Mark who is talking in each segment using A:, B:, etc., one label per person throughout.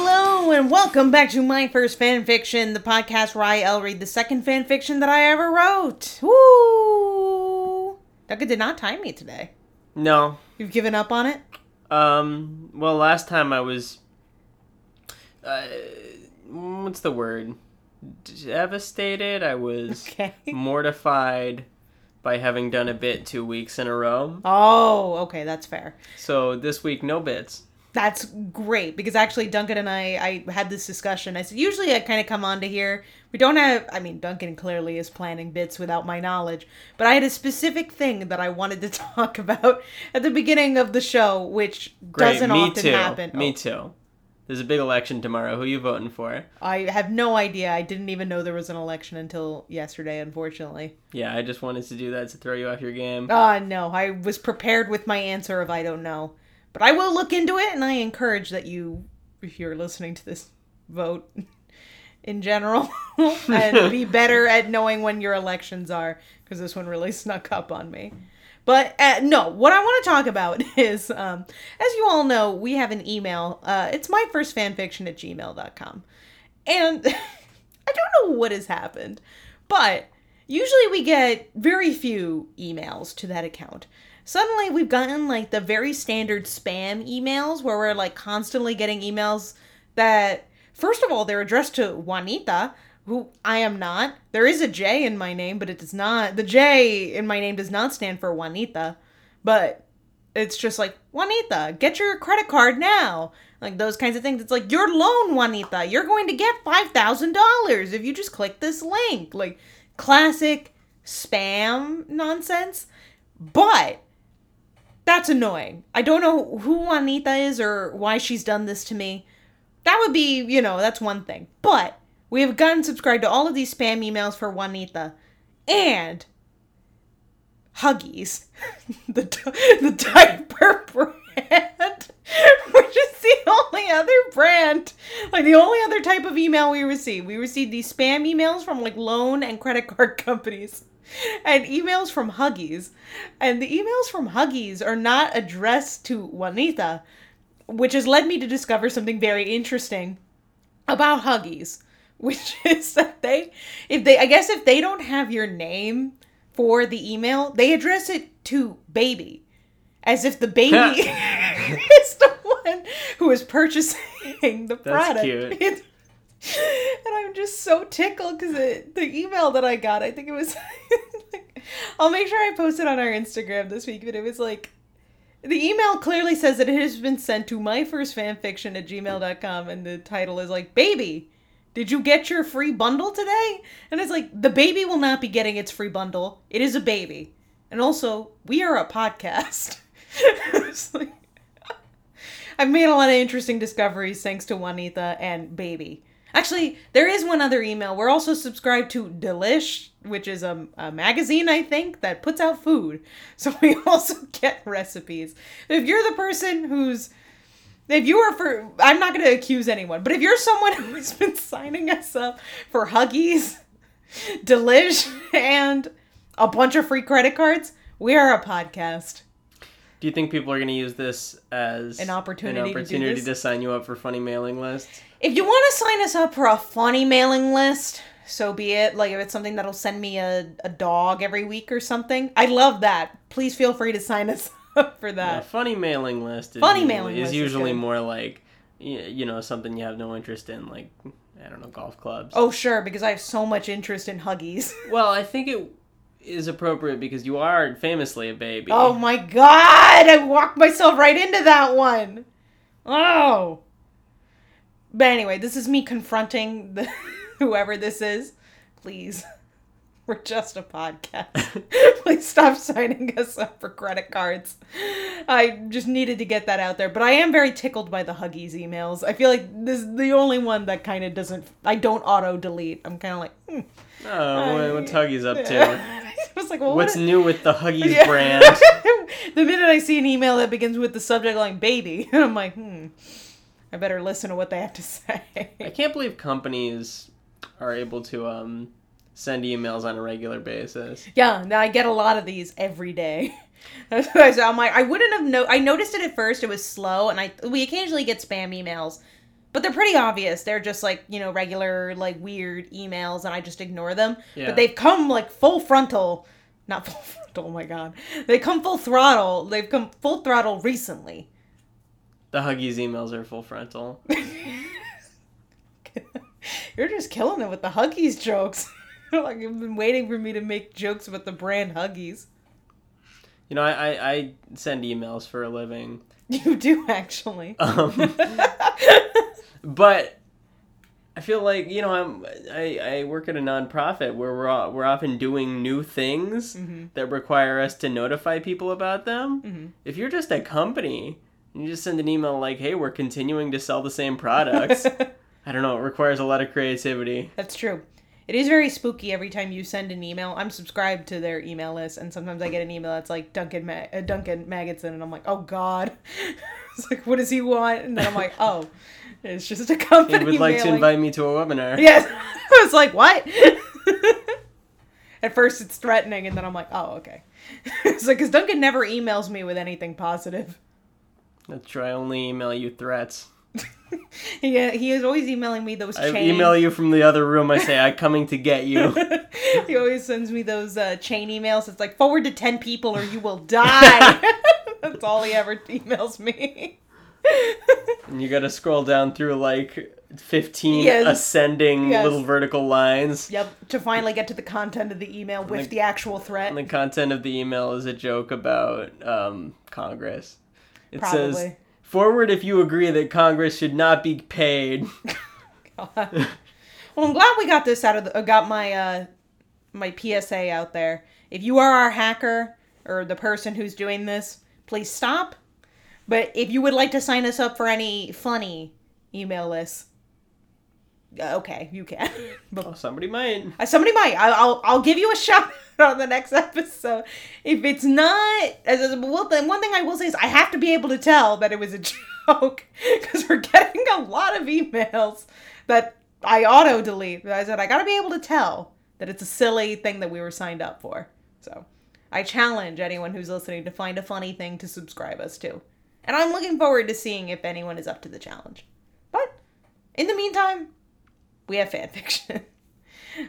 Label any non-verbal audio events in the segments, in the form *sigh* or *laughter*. A: and welcome back to my first fan fiction, the podcast where I L read the second fan fiction that I ever wrote. Woo! Becca did not time me today.
B: No.
A: You've given up on it?
B: Um. Well, last time I was. Uh, what's the word? Devastated. I was
A: *laughs* Okay.
B: mortified by having done a bit two weeks in a row.
A: Oh, okay, that's fair.
B: So this week, no bits.
A: That's great because actually Duncan and I I had this discussion. I said usually I kind of come on to here. We don't have I mean Duncan clearly is planning bits without my knowledge, but I had a specific thing that I wanted to *laughs* talk about at the beginning of the show which
B: Great.
A: doesn't
B: Me
A: often
B: too.
A: happen.
B: Me
A: Oh,
B: too. There's a big election tomorrow. Who you voting for?
A: I have no idea. I didn't even know there was an election until yesterday unfortunately.
B: Yeah, I just wanted to do that to throw you off your game.
A: Ah, no. I was prepared with my answer of I don't know. But I will look into it and I encourage that you if you're listening to this vote *laughs* in general *laughs* and be better at knowing when your elections are because this one really *laughs* snuck up on me. But uh, no, what I want to talk about *laughs* is, um, as you all know, we have an email. Uh, it's my first fanfiction at gmail.com. And *laughs* I don't know what has happened, but usually we get very few emails to that account. Suddenly we've gotten like the very standard spam emails where we're like constantly getting emails that, first of all, they're addressed to Juanita, who I am not. There is a J in my name, but it does not. The J in my name does not stand for Juanita, but it's just like Juanita, get your credit card now. Like those kinds of things. It's like your loan, Juanita. You're going to get five thousand dollars if you just click this link. Like classic spam nonsense. But that's annoying. I don't know who Juanita is or why she's done this to me. That would be, you know, that's one thing. But we have gotten subscribed to all of these spam emails for Juanita and Huggies, *laughs* the, di- the diaper brand, *laughs* which is the only other brand, like the only other type of email we receive. We receive these spam emails from like loan and credit card *laughs* companies and emails from Huggies. And the emails from Huggies are not addressed to Juanita, which has led me to discover something very interesting about Huggies, *laughs* which is that they, if they, I guess if they don't have your name for the email, they address it to baby, as if the baby *laughs* is the one who is purchasing the product.
B: cute.
A: It's- *laughs* and I'm just so tickled because the email that I got, I think it was, *laughs* like, I'll make sure I post it on our Instagram this week, but it was like, the email clearly says that it has been sent to my first fanfiction at gmail.com and the title is like baby did you get your free bundle today and it's like the baby will not be getting its free bundle it is a baby and also we are a podcast *laughs* It's like- *laughs* i've made a lot of interesting discoveries thanks to juanita and baby actually there is one other email we're also subscribed to delish which is a, a magazine i think that puts out food *laughs* so we also get recipes if you're the person who's if you are for i'm not going to accuse anyone but if you're someone *laughs* who has been signing us up for huggies *laughs* delish and a bunch of free credit cards we are a podcast
B: Do you think people are going to use this as
A: An opportunity to do
B: opportunity
A: this?
B: to sign you up for funny mailing lists?
A: if you want to sign us up for a funny mailing list so be it like if it's something that'll send me a, a dog every week or something i love that please feel free to sign us *laughs* up for
B: A
A: that
B: funny mailing list is
A: Funny
B: usually,
A: mailing
B: is
A: list is
B: usually
A: good.
B: more like y- you know something you have no interest in like I don't know golf clubs.
A: oh sure because i have so much interest in huggies *laughs*
B: Well, I think it is appropriate because you are famously a baby.
A: Oh my god! I walked myself right into that one. Oh. But anyway, this is me confronting the, *laughs* whoever this is. Please, *laughs* we're just a podcast. Please stop signing us up for credit cards. I just needed to get that out there. But I am very tickled by the Huggies emails. I feel like this is the only one that kind of doesn't. I don't auto delete. I'm kind of like, hmm.
B: Oh, what- what's Huggies up to?
A: *laughs* I was like, well,
B: What's
A: what
B: new with the Huggies
A: Yeah. *laughs*
B: brand?
A: the minute I see an email that begins with the subject line baby, *laughs* I'm like, hmm, I better listen to what they have to *laughs* say.
B: I can't believe companies are able to um, send emails on a regular basis.
A: yeah, now I get a lot of these every day. *laughs* That's why I said- I'm like, I wouldn't have no. I noticed it at first; it was slow, and I we occasionally get spam emails, But they're pretty obvious. They're just like, you know, regular, like weird emails, and I just ignore them.
B: Yeah.
A: But they've come like full frontal. Not full *laughs* frontal, oh my God. They come full throttle. They've come full throttle recently.
B: The Huggies emails are full frontal.
A: *laughs* You're just killing it with the Huggies jokes. *laughs* like, you've been waiting for me to make jokes about the brand Huggies. *laughs*
B: You know, I, I, I send emails for a living.
A: You do, actually. *laughs*
B: Um, but I feel like you know I'm I, I work at a nonprofit where we're all, we're often doing new things
A: Mhm.
B: that require us to notify people about them.
A: Mhm.
B: If you're just a company and you just send an email like, "Hey, we're continuing to sell the
A: *laughs*
B: same products," I don't know. It requires a lot of creativity.
A: That's true. It is very spooky every time you send an email. I'm subscribed to their email list, and sometimes I get an email that's like Duncan Ma- uh, Duncan Magidson, and I'm like, oh god. *laughs* it's like, what does he want? And then I'm like, oh, it's just a
B: They
A: company.
B: would like to
A: mailing.
B: invite me to a webinar.
A: Yes, *laughs* I was like, what? At first, it's threatening, and then I'm like, oh, okay. *laughs* it's like because Duncan never emails me with anything positive.
B: That's true. I only email you threats.
A: Yeah, he is always emailing me those.
B: I
A: chain-
B: email you from the other room. I say, "I'm coming to get you."
A: *laughs* he always sends me those uh, chain emails. It's like forward to ten people or you will
B: *laughs*
A: die. *laughs* That's all he ever *laughs* emails me.
B: And you gotta scroll down through like 15
A: Yes.
B: ascending
A: Yes.
B: little vertical lines.
A: yep, to finally get to the content of the email with
B: Like-
A: the actual threat.
B: And the content of the email is a joke about um, Congress. It says,
A: Probably.
B: Forward if you agree that Congress should not be paid.
A: *laughs* God. well, I'm glad we got this out of the, uh, got my uh, my PSA out there. If you are our hacker or the person who's doing this, please stop. But if you would like to sign us up for any funny email lists, uh, okay, you can. *laughs* but
B: Oh, somebody might.
A: Uh, Somebody might. I- I'll I'll give you a *laughs* shout out on the next episode. If it's not, as as- well, then one thing I will say is I have to be able to tell that it was a *laughs* joke because we're getting a lot of emails that I auto delete. I said I got to be able to tell that it's a silly thing that we were signed up for. So I challenge anyone who's listening to find a funny thing to subscribe us to, and I'm looking forward to seeing if anyone is up to the challenge. But in the meantime, we have fan *laughs* fiction.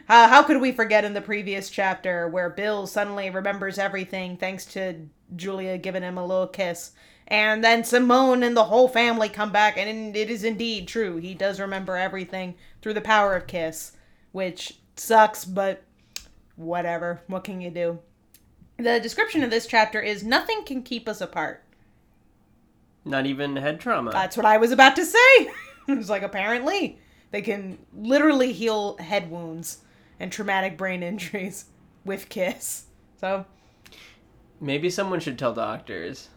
A: Uh, how could we forget in the previous chapter where Bill suddenly remembers everything thanks to Julia giving him a little kiss? And then Simone and the whole family come back, and it is indeed true. He does remember everything through the power of kiss, which sucks, but whatever. What can you do? The description of this chapter is Nothing can keep us apart.
B: Not even head trauma.
A: That's what I was about to say. *laughs* I was like, apparently, they can literally heal head wounds and traumatic brain injuries with kiss. So, *laughs*
B: Maybe someone should tell doctors.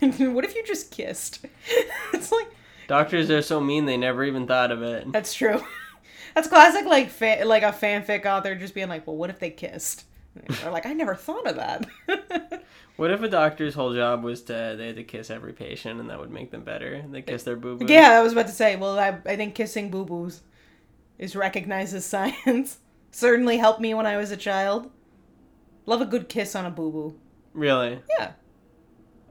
A: what if you just kissed? *laughs* it's like,
B: Doctors are so mean they never even thought of it.
A: that's true. *laughs* That's classic, like fa- like a fanfic author just being like, well, what if they kissed? *laughs* Or like, I never thought of that. *laughs*
B: What if a doctor's whole job was to they had to kiss every patient and that would make them better? They kiss their boo boo.
A: yeah, I was about to say, well, I, I think kissing boo boos is recognized as *laughs* science. Certainly helped me when I was a child. Love a good kiss on a boo boo.
B: Really?
A: Yeah.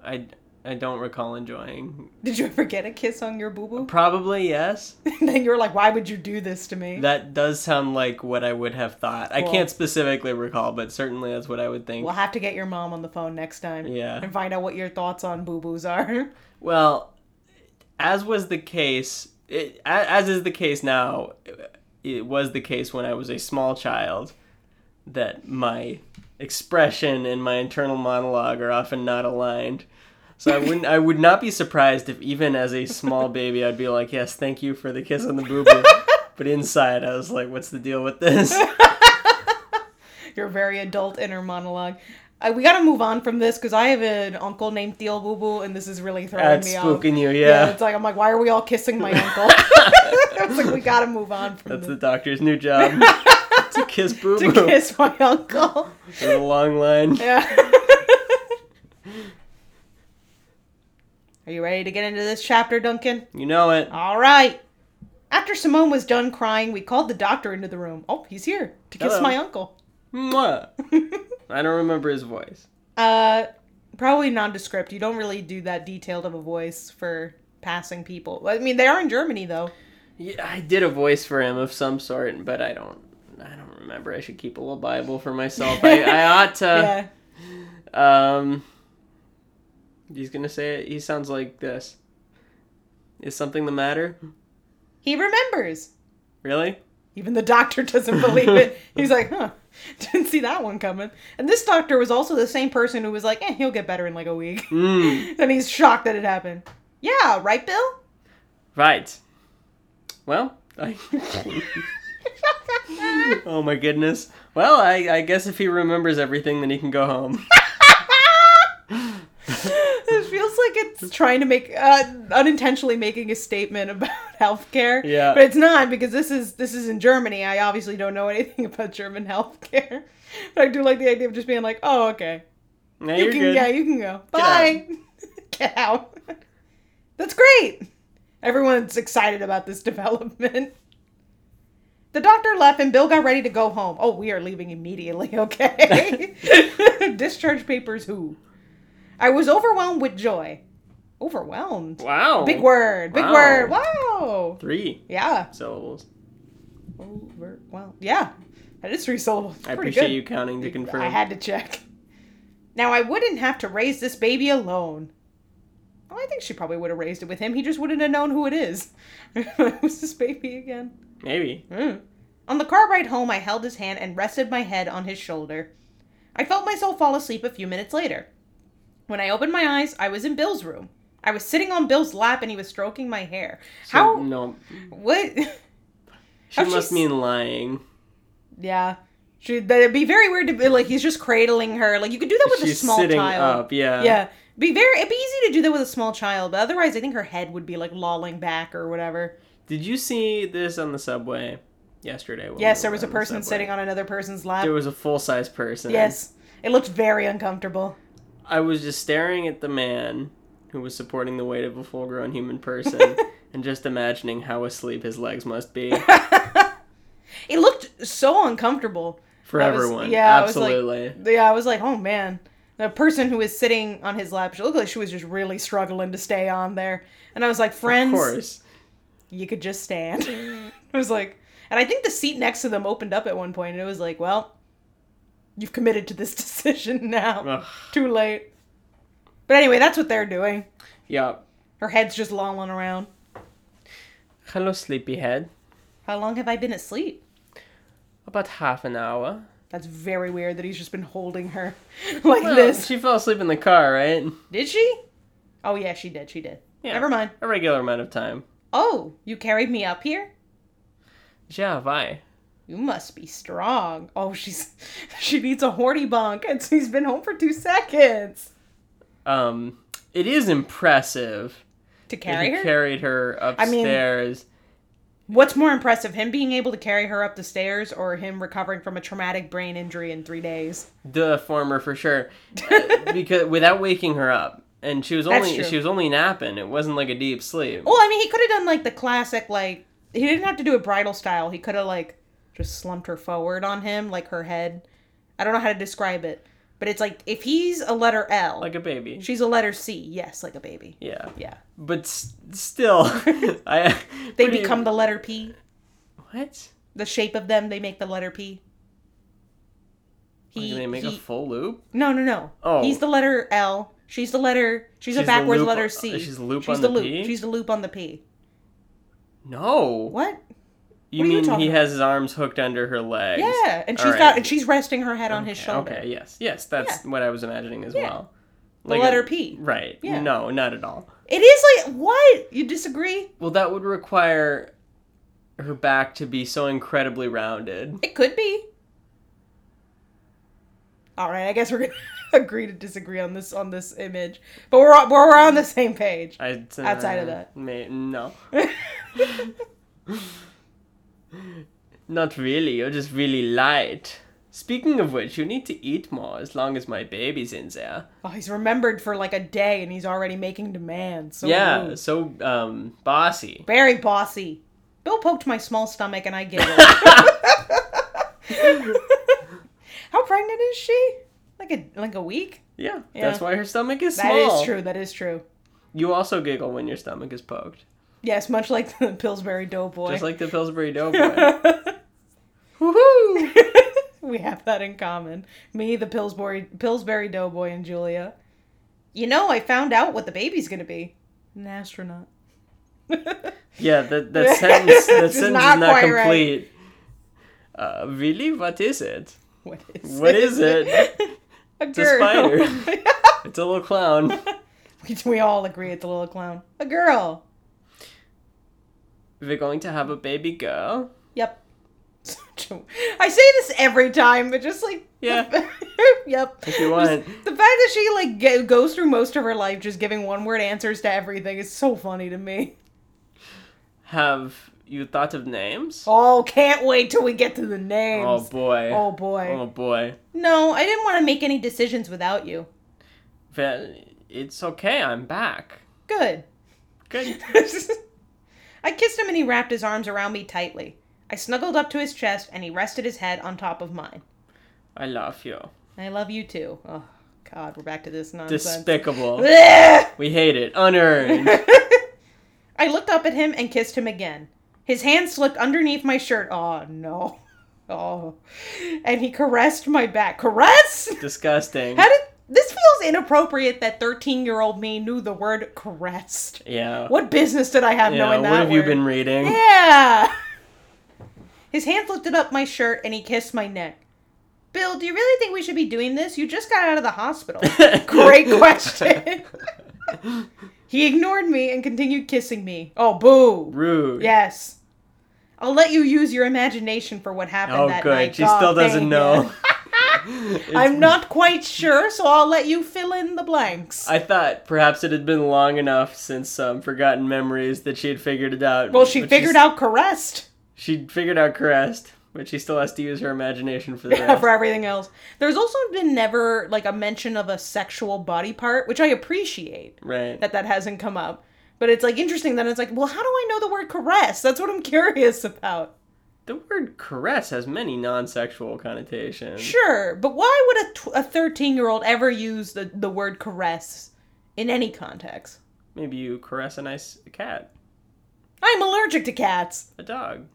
B: I, I don't recall enjoying.
A: Did you ever get a kiss on your boo boo?
B: Probably yes.
A: *laughs* and then you were like, why would you do this to me?
B: That does sound like what I would have thought. I
A: Cool.
B: can't specifically recall, but certainly that's what I would think.
A: We'll have to get your mom on the phone next time
B: Yeah.
A: and find out what your thoughts on boo boos are. *laughs*
B: Well, as was the case, it, a- as is the case now, it was the case when I was a small child that my expression and my internal monologue are often not aligned. So I wouldn't I would not be surprised if even as a
A: *laughs*
B: small baby I'd be like, "Yes, thank you for the kiss on the boo boo." but inside I was like, "What's the deal
A: *laughs*
B: with this?"
A: your very adult inner monologue. Uh, we gotta move on from this because I have an uncle named Theo Boo Boo, and this is really throwing
B: That's
A: me off.
B: spooking you,
A: Yeah,
B: yeah.
A: it's like I'm like, why are we all kissing
B: *laughs*
A: my uncle? *laughs* it's like we gotta move on from
B: That's the
A: this.
B: doctor's new job. to kiss boo *laughs*
A: to
B: boo.
A: kiss my
B: *laughs*
A: uncle.
B: There's a long line.
A: Yeah. *laughs* Are you ready to get into this chapter, Duncan?
B: You know it.
A: All right. After Simone was done crying, we called the doctor into the room. Oh, he's here to kiss
B: Hello.
A: my uncle. *laughs*
B: Mwah. I don't remember his voice.
A: uh, probably nondescript. You don't really do that detailed of a voice for passing people. I mean, they are in Germany though.
B: Yeah, I did a voice for him of some sort, but I don't. I don't remember. I should keep a little Bible for myself. I, I ought to.
A: yeah.
B: Um. He's gonna say it. He sounds like this. Is something the matter?
A: He remembers.
B: Really?
A: Even the doctor *laughs* doesn't believe it. He's like, huh, *laughs* didn't see that one coming. And this doctor was also the same person who was like, eh, he'll get better in like a week.
B: Mm,
A: *laughs* and he's shocked that it happened. Yeah, right, Bill?
B: *laughs* right. Well, I. *laughs* oh my goodness. Well, I, I guess if he remembers everything, then he can go home.
A: *laughs* it feels like it's trying to make uh, unintentionally making a statement about *laughs* healthcare.
B: Yeah.
A: but it's not because this is this is in Germany. I obviously don't know anything *laughs* about German healthcare, but I do like the idea of just being like, "Oh, okay,
B: Now
A: you
B: you're
A: can
B: good.
A: yeah, you can go. Bye. *laughs* Get out. That's great. Everyone's excited about this *laughs* development. The doctor left and Bill got ready to go home. Oh, we are leaving immediately, *laughs*
B: *laughs*
A: okay? Discharge papers who? I was overwhelmed with joy. Overwhelmed.
B: Wow.
A: Big word. Big
B: Wow.
A: word. Wow.
B: Three
A: Yeah.
B: syllables.
A: Overwhelmed. Yeah. That is three syllables.
B: I
A: Pretty
B: appreciate
A: good.
B: you counting to confirm.
A: I had to check. Now I wouldn't have to raise this baby alone. Well, I think she probably would have raised it with him. He just wouldn't have known who it is. *laughs* Who's this baby again?
B: Maybe.
A: Mm. On the car ride home, I held his hand and rested my head on his shoulder. I felt myself fall asleep a few minutes later. When I opened my eyes, I was in Bill's room. I was sitting on Bill's lap and he was stroking my hair.
B: So,
A: How?
B: No.
A: What? *laughs*
B: She
A: How
B: must
A: she's-
B: mean lying.
A: Yeah. She, that'd be very weird to be like he's just cradling her. Like you could do that with a
B: She's
A: small
B: sitting
A: child.
B: up. Yeah.
A: Yeah. Be very it'd be easy to do that with a small child, but otherwise I think her head would be like lolling back or whatever.
B: Did you see this on the subway yesterday? when
A: yes,
B: we
A: there
B: were
A: was a
B: on the
A: person
B: subway?
A: sitting on another person's lap.
B: There was a full size person.
A: yes. It looked very uncomfortable.
B: I was just staring at the man who was supporting the weight of a full
A: *laughs*
B: grown human person and just imagining how asleep his legs
A: *laughs*
B: must be
A: It looked so uncomfortable.
B: for
A: I was-
B: everyone.
A: yeah, I was like-
B: Absolutely.
A: Yeah, I was like, oh man. The person who was sitting on his lap, she looked like she was just really struggling to stay on there. And I was like,
B: of
A: friends,
B: course.
A: you could just stand. *laughs* it was like, and I think the seat next to them opened up at one point, and it was like, well, you've committed to this *laughs* decision now.
B: Ugh.
A: Too late. But anyway, that's what they're doing.
B: Yeah.
A: Her head's just lolling around.
B: Hello, sleepyhead.
A: How long have I been asleep?
B: About half an hour.
A: That's very weird that he's just been holding her *laughs* like
B: Well,
A: this.
B: She fell asleep in the car, right?
A: Did she? Oh, yeah, she did. She did.
B: Yeah.
A: Never mind.
B: A regular amount of time.
A: Oh, you carried me up here?
B: Yeah, why?
A: You must be strong. Oh, she's *laughs* she needs a horny bunk, and she's been home for two seconds.
B: Um, it is impressive
A: To
B: that
A: carry
B: he
A: her?
B: carried her
A: mean-
B: upstairs.
A: What's more impressive, him being able to carry her up the stairs or him recovering from a traumatic brain injury in three days?
B: the former
A: *laughs*
B: for sure, Uh, because without waking her up, and she was
A: That's
B: only
A: true. Oh.
B: she was only napping. It wasn't like a deep sleep.
A: Well, I mean, he could have done like the classic, like, he didn't have to do it bridal style. He could have, like, just slumped her forward on him, like her head. I don't know how to describe it, but it's like if he's a letter L,
B: Like a baby.
A: she's a letter C. Yes, like a baby.
B: Yeah,
A: Yeah.
B: but s-
A: *laughs*
B: still, *laughs* I
A: They
B: pretty-
A: become the letter P.
B: what?
A: The shape of them, they make the letter P.
B: Like,
A: He,
B: they make
A: he,
B: a full loop.
A: No, no, no.
B: Oh.
A: He's the letter L. She's the letter. She's,
B: She's
A: a
B: the
A: backwards
B: loop-
A: letter C.
B: she's the loop
A: she's
B: on
A: the
B: the
A: loop.
B: P?
A: She's the loop on the P.
B: No,
A: What?
B: you
A: what are you
B: mean
A: talking
B: he
A: about?
B: has his arms hooked under her legs?
A: Yeah, and
B: All
A: she's
B: right.
A: got and she's resting her head on his
B: Okay,
A: shoulder.
B: Okay, yes, yes, that's what I was imagining as
A: Yeah.
B: well.
A: The letter P.
B: Right.
A: Yeah.
B: No, not at all.
A: It is like what? You disagree?
B: Well, that would require her back to be so incredibly rounded.
A: It could be. All right, I guess we're gonna *laughs* agree to disagree on this on this image, but we're on- we're on the same page. *laughs* Oh,
B: I, uh,
A: Outside of that.
B: May, no. Not really. You're just really light. Speaking of which, you need to eat more as long as my baby's in there.
A: Oh, he's remembered for like a day, and he's already making demands. So
B: yeah,
A: rude.
B: so um, bossy.
A: very bossy. Bill poked my small stomach, and I
B: *laughs*
A: giggled. *laughs* How pregnant is she? Like a like a week?
B: Yeah,
A: Yeah.
B: that's why her stomach is
A: That
B: small.
A: is true. That is true.
B: You also giggle when your stomach is poked.
A: Yes, much like the Pillsbury Doughboy.
B: Just like the Pillsbury
A: *laughs*
B: Doughboy.
A: Woohoo! we have that in common. Me, the Pillsbury Pillsbury Doughboy, and Julia. You know, I found out what the baby's gonna be. An astronaut. *laughs*
B: yeah, that that sentence that
A: It's
B: sentence
A: not
B: is not
A: quite right.
B: complete. Uh, really, what is it?
A: What is
B: What is it?
A: *laughs* A
B: a
A: girl. *laughs*
B: It's a little clown. *laughs*
A: We- we all agree it's a little clown. A girl.
B: We're going to have a baby girl.
A: Yep. *laughs* Such a- I say this every time, but just like
B: Yeah.
A: *laughs* yep.
B: If you want.
A: Just the fact that she like ge- goes through most of her life just giving one word answers to everything is so funny to me.
B: Have you thought of names?
A: Oh, can't wait till we get to the
B: Oh
A: names.
B: boy.
A: Oh boy.
B: Oh boy.
A: No, I didn't want to make any decisions without you.
B: Well, it's okay. I'm back.
A: Good. *laughs*
B: Good.
A: I kissed him and he wrapped his arms around me tightly. I snuggled up to his chest and he rested his head on top of mine.
B: I love you.
A: *laughs* I love you too. Oh, God, we're back to this nonsense. *laughs*
B: Despicable.
A: Blech!
B: We hate it.
A: *laughs*
B: Unearned.
A: I looked up at him and kissed him again. His hand slipped underneath my shirt. Oh, no. *laughs* Oh. And he caressed my back. Caress?
B: Disgusting.
A: How did. This feels inappropriate that 13 year old me knew the word caressed.
B: Yeah.
A: What business did I have
B: yeah.
A: knowing
B: What
A: that?
B: have you
A: word?
B: been reading?
A: Yeah. His hand lifted up my shirt and he kissed my neck. Bill, do you really think we should be doing this? You just got out of the
B: *laughs*
A: hospital. Great question. he ignored me and continued kissing me. Oh, boo.
B: Rude.
A: Yes. I'll let you use your imagination for what happened
B: Oh,
A: that
B: good.
A: night.
B: She
A: God,
B: still
A: thank
B: doesn't *laughs* know.
A: you. I'm not quite sure, so I'll let you fill in the blanks.
B: I thought perhaps it had been long enough since some forgotten memories that she had figured it out.
A: well, she
B: but
A: figured
B: s-
A: out caressed.
B: She figured out Crest, but she still has to use her imagination for the
A: Yeah, *laughs*
B: rest.
A: for everything else. There's also been never like a mention of a sexual body part, which I appreciate
B: right.
A: that that hasn't come up. But it's like interesting that it's like, well, how do I know the word caress? That's what I'm *laughs* curious about.
B: The word caress has many non-sexual connotations.
A: Sure, but why would a tw- a 13 year old ever use the, the word caress in any context?
B: Maybe you caress a nice cat,
A: I'm allergic to cats.
B: a dog,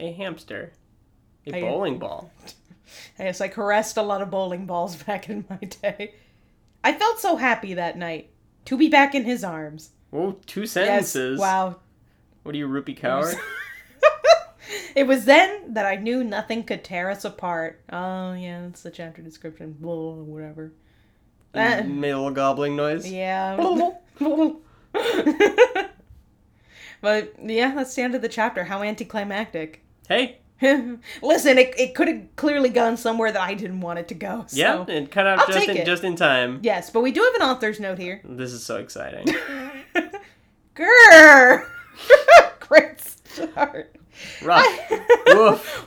B: a hamster, a
A: I-
B: bowling ball.
A: I guess I caressed a lot of bowling balls *laughs* back in my day. I felt so happy that night to be back in his arms.
B: Whoa, two
A: Yes.
B: sentences.
A: Wow,
B: What are you,
A: *laughs*
B: Rupee Coward?
A: It was then that I knew nothing could tear us apart. Oh yeah, that's the chapter description. Blah, whatever. That-
B: Made a little gobbling noise.
A: yeah. *laughs* but yeah, that's the end of the chapter. How anticlimactic. *laughs*
B: Hey,
A: Listen, it, it could have clearly gone somewhere that I didn't want it to go. So.
B: yeah, and cut out
A: I'll
B: just
A: take
B: in,
A: it.
B: just in time.
A: Yes, but we do have an author's note here. *laughs*
B: This is so exciting.
A: Grr! *laughs* Great start.
B: Rough. Woof.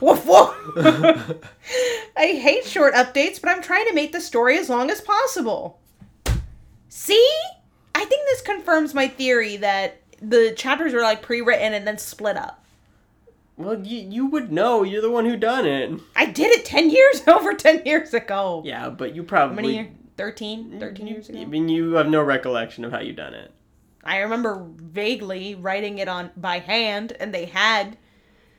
A: *laughs* Woof woof. I hate short updates, but I'm trying to make the story as long as possible. See? I think this confirms my theory that the chapters were like pre-written and then split up.
B: *laughs* Well, you, you would know. You're the one who done it.
A: I did it 10 *laughs* years over 10 years ago.
B: Yeah, but you
A: How
B: probably.
A: many years? 13? 13 years
B: I
A: ago?
B: mean, you have no recollection of how you done it.
A: I remember vaguely writing it on by hand and they had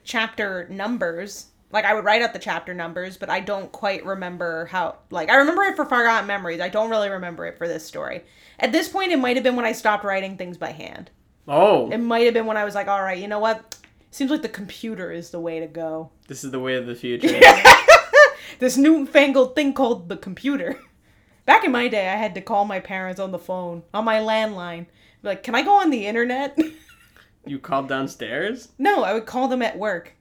A: chapter numbers. Like I would write out the chapter numbers, but I don't quite remember how like I remember it for Forgotten Memories. I don't really remember it for this story. At this point it might have been when I stopped writing things by hand.
B: Oh,
A: It might have been when I was like, "All right, you know what? Seems like the computer is the way to go."
B: this is the way of
A: *laughs*
B: the future.
A: this newfangled thing called the computer. *laughs* Back in my day, I had to call my parents on the phone, on my landline. Be Like, "Can I go on the internet?" *laughs*
B: you called downstairs
A: No, I would call them at work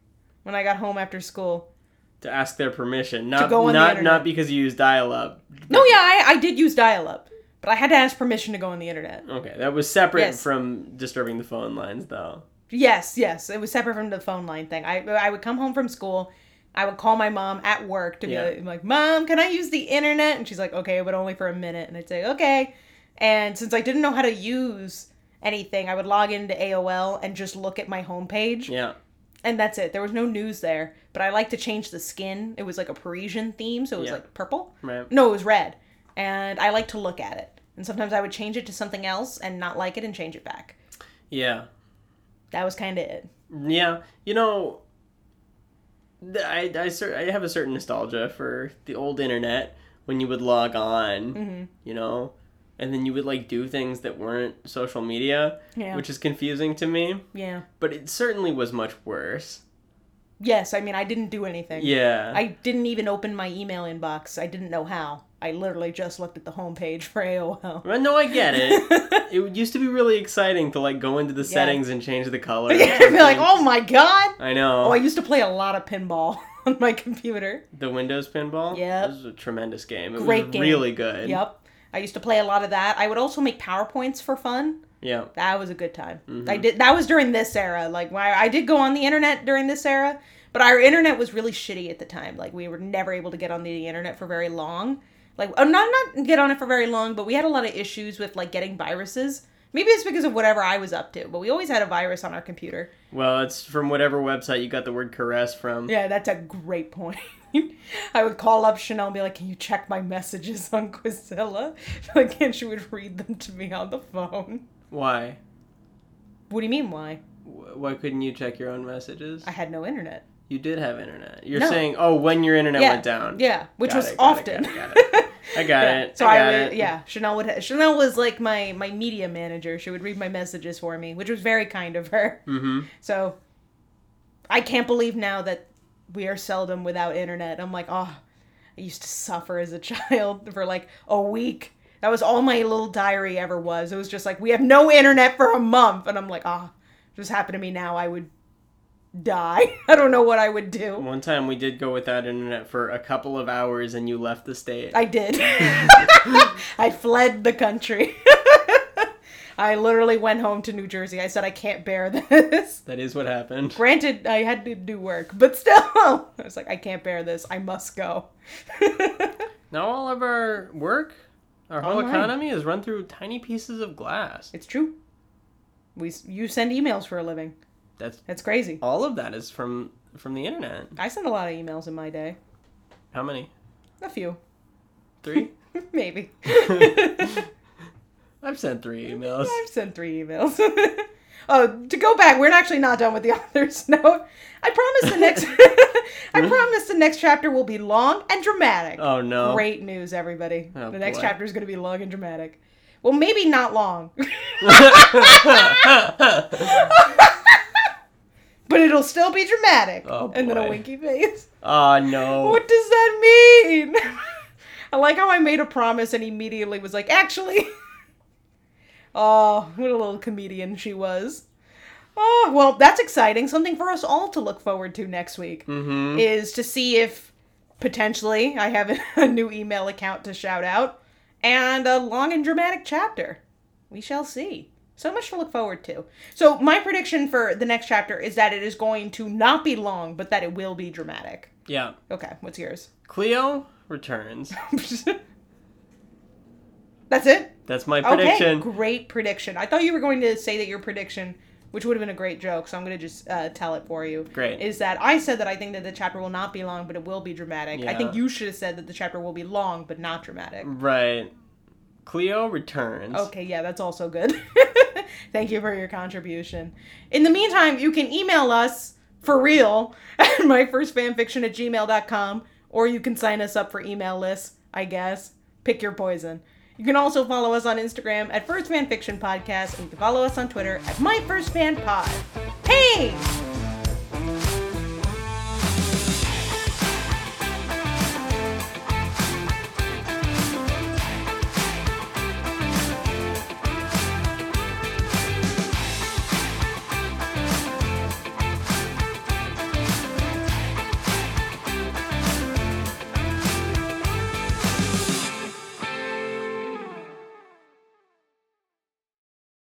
A: when I got home after school.
B: to ask their permission, not
A: go on the
B: not
A: internet.
B: not because you use dial up.
A: No, yeah, I, I did use dial up, but I had to ask permission to go on the internet.
B: Okay, that was separate
A: Yes.
B: from disturbing the phone lines, though.
A: Yes, yes, it was separate from the phone line thing. I, I would come home from school. I would call my mom at work to be
B: Yeah.
A: like, I'm like, Mom, can I use the internet? And she's like, Okay, but only for a minute. And I'd say, Okay. And since I didn't know how to use anything, I would log into AOL and just look at my homepage.
B: Yeah,
A: and that's it. There was no news there, but I like to change the skin. It was like a Parisian theme, so it was
B: Yeah.
A: like purple.
B: right.
A: No, it was red, and I like to look at it. And sometimes I would change it to something else and not like it and change it back.
B: Yeah,
A: That was kind of it.
B: Yeah, you know, th- I I, cer- I have a certain nostalgia for the old internet when you would log on,
A: Mhm.
B: you know, and then you would like do things that weren't social media,
A: Yeah.
B: which is confusing to me.
A: yeah.
B: But it certainly was much worse.
A: Yes, I mean, I didn't do anything.
B: Yeah,
A: Mm-hmm. I didn't even open my email inbox. I didn't know how. I literally just looked at the homepage *laughs* for AOL.
B: Well, no, I get it.
A: *laughs*
B: it used to be really exciting to like go into the settings and change the
A: *laughs*
B: color. or
A: I'd be like,
B: something.
A: oh my god!
B: I know
A: Oh, I used to play a lot of pinball *laughs* on my computer.
B: the Windows Pinball.
A: Yep.
B: this was a tremendous game. It
A: Great
B: was
A: game.
B: really good.
A: Yep. I used to play a lot of that. I would also make PowerPoints for fun.
B: Yeah.
A: That was a good time.
B: Mhm.
A: I did. That was during this era. Like, why I did go on the internet during this era, but our internet was really shitty at the time. Like, we were never able to get on the internet for very long. Like, oh, not not get on it for very long, but we had a lot of issues with like getting viruses. Maybe it's because of whatever I was up to, but we always had a virus on our computer.
B: Well, it's from whatever website you got the word caress from.
A: Yeah, that's a great point. *laughs* I would call up Chanel and be like, "Can you check my messages *laughs* on Quizilla?" Like, and she would read them to me on the phone.
B: Why?
A: What do you mean? Why?
B: Wh- Why couldn't you check your own messages?
A: I had no internet.
B: You did have internet. You're
A: No.
B: saying, oh, when your internet
A: yeah.
B: went down.
A: Yeah, which
B: Got
A: was
B: it, got it,
A: often.
B: got it, got
A: *laughs*
B: it. I got
A: Yeah.
B: it.
A: So
B: I
A: I,
B: got
A: would,
B: it.
A: yeah, Chanel would. Chanel was like my my media manager. She would read my messages for me, which was very kind of her.
B: Mm-hmm.
A: So I can't believe now that we are seldom without internet. I'm like, oh, I used to suffer as a *laughs* child for like a week. That was all my little diary ever was. It was just like we have no internet for a month, and I'm like, ah, oh, if this happened to me now, I would die. *laughs* I don't know what I would do.
B: One time we did go without internet for a couple of hours, and you left the state.
A: I did. I fled the country. I literally went home to New Jersey. I said, I can't bear this.
B: That is what happened.
A: Granted, I had to do work, but still, *laughs* I was like, I can't bear this. I must go. *laughs*
B: Now all of our work, our whole
A: Online.
B: economy is run through tiny pieces of glass.
A: it's true. We s- you send emails for a living.
B: That's
A: That's crazy.
B: all of that is from from the internet.
A: I sent a lot of emails in my day.
B: How many?
A: A few, *laughs*
B: Three?
A: maybe.
B: I've sent
A: *laughs*
B: three emails.
A: I've sent three emails. *laughs* oh, to go back, we're actually not done with the *laughs* author's note. I promise the next. *laughs*
B: *laughs*
A: I promise the next chapter will be long and dramatic.
B: Oh no. *laughs*
A: Great news, everybody!
B: Oh,
A: the next
B: boy.
A: chapter is going to be long and dramatic. Well, maybe not
B: *laughs*
A: long, *laughs* but it'll still be dramatic.
B: Oh,
A: and then a
B: boy.
A: winky face.
B: oh no.
A: What does that mean? *laughs* I like how I made a promise and immediately was like, actually. *laughs* oh, what a little comedian she was. Oh, well, that's exciting. Something for us all to look forward to next week
B: Mm-hmm.
A: is to see if potentially I have a *laughs* new email account to shout out and a long and dramatic chapter. We shall see. So much to look forward to. So, my prediction for the next chapter is that it is going to not be long, but that it will be dramatic.
B: Yeah.
A: Okay, what's yours?
B: Cleo returns.
A: *laughs* That's it?
B: That's my
A: Okay,
B: prediction.
A: great prediction. I thought you were going to say that your prediction, which would have been a great joke, so I'm going to just uh, tell it for you.
B: Great.
A: Is that I said that I think that the chapter will not be long, but it will be dramatic. I think
B: Yeah.
A: you should have said that the chapter will be long, but not dramatic.
B: Right. Cleo returns.
A: Okay, yeah, that's also good. *laughs* Thank you for your contribution. In the meantime, you can email us for real *laughs* at myfirstfanfiction at gmail.com or you can sign us up for email lists, I guess. Pick your poison. You can also follow us on Instagram at First Fan Fiction Podcast, and you can follow us on Twitter at My First Fan Pod. Hey!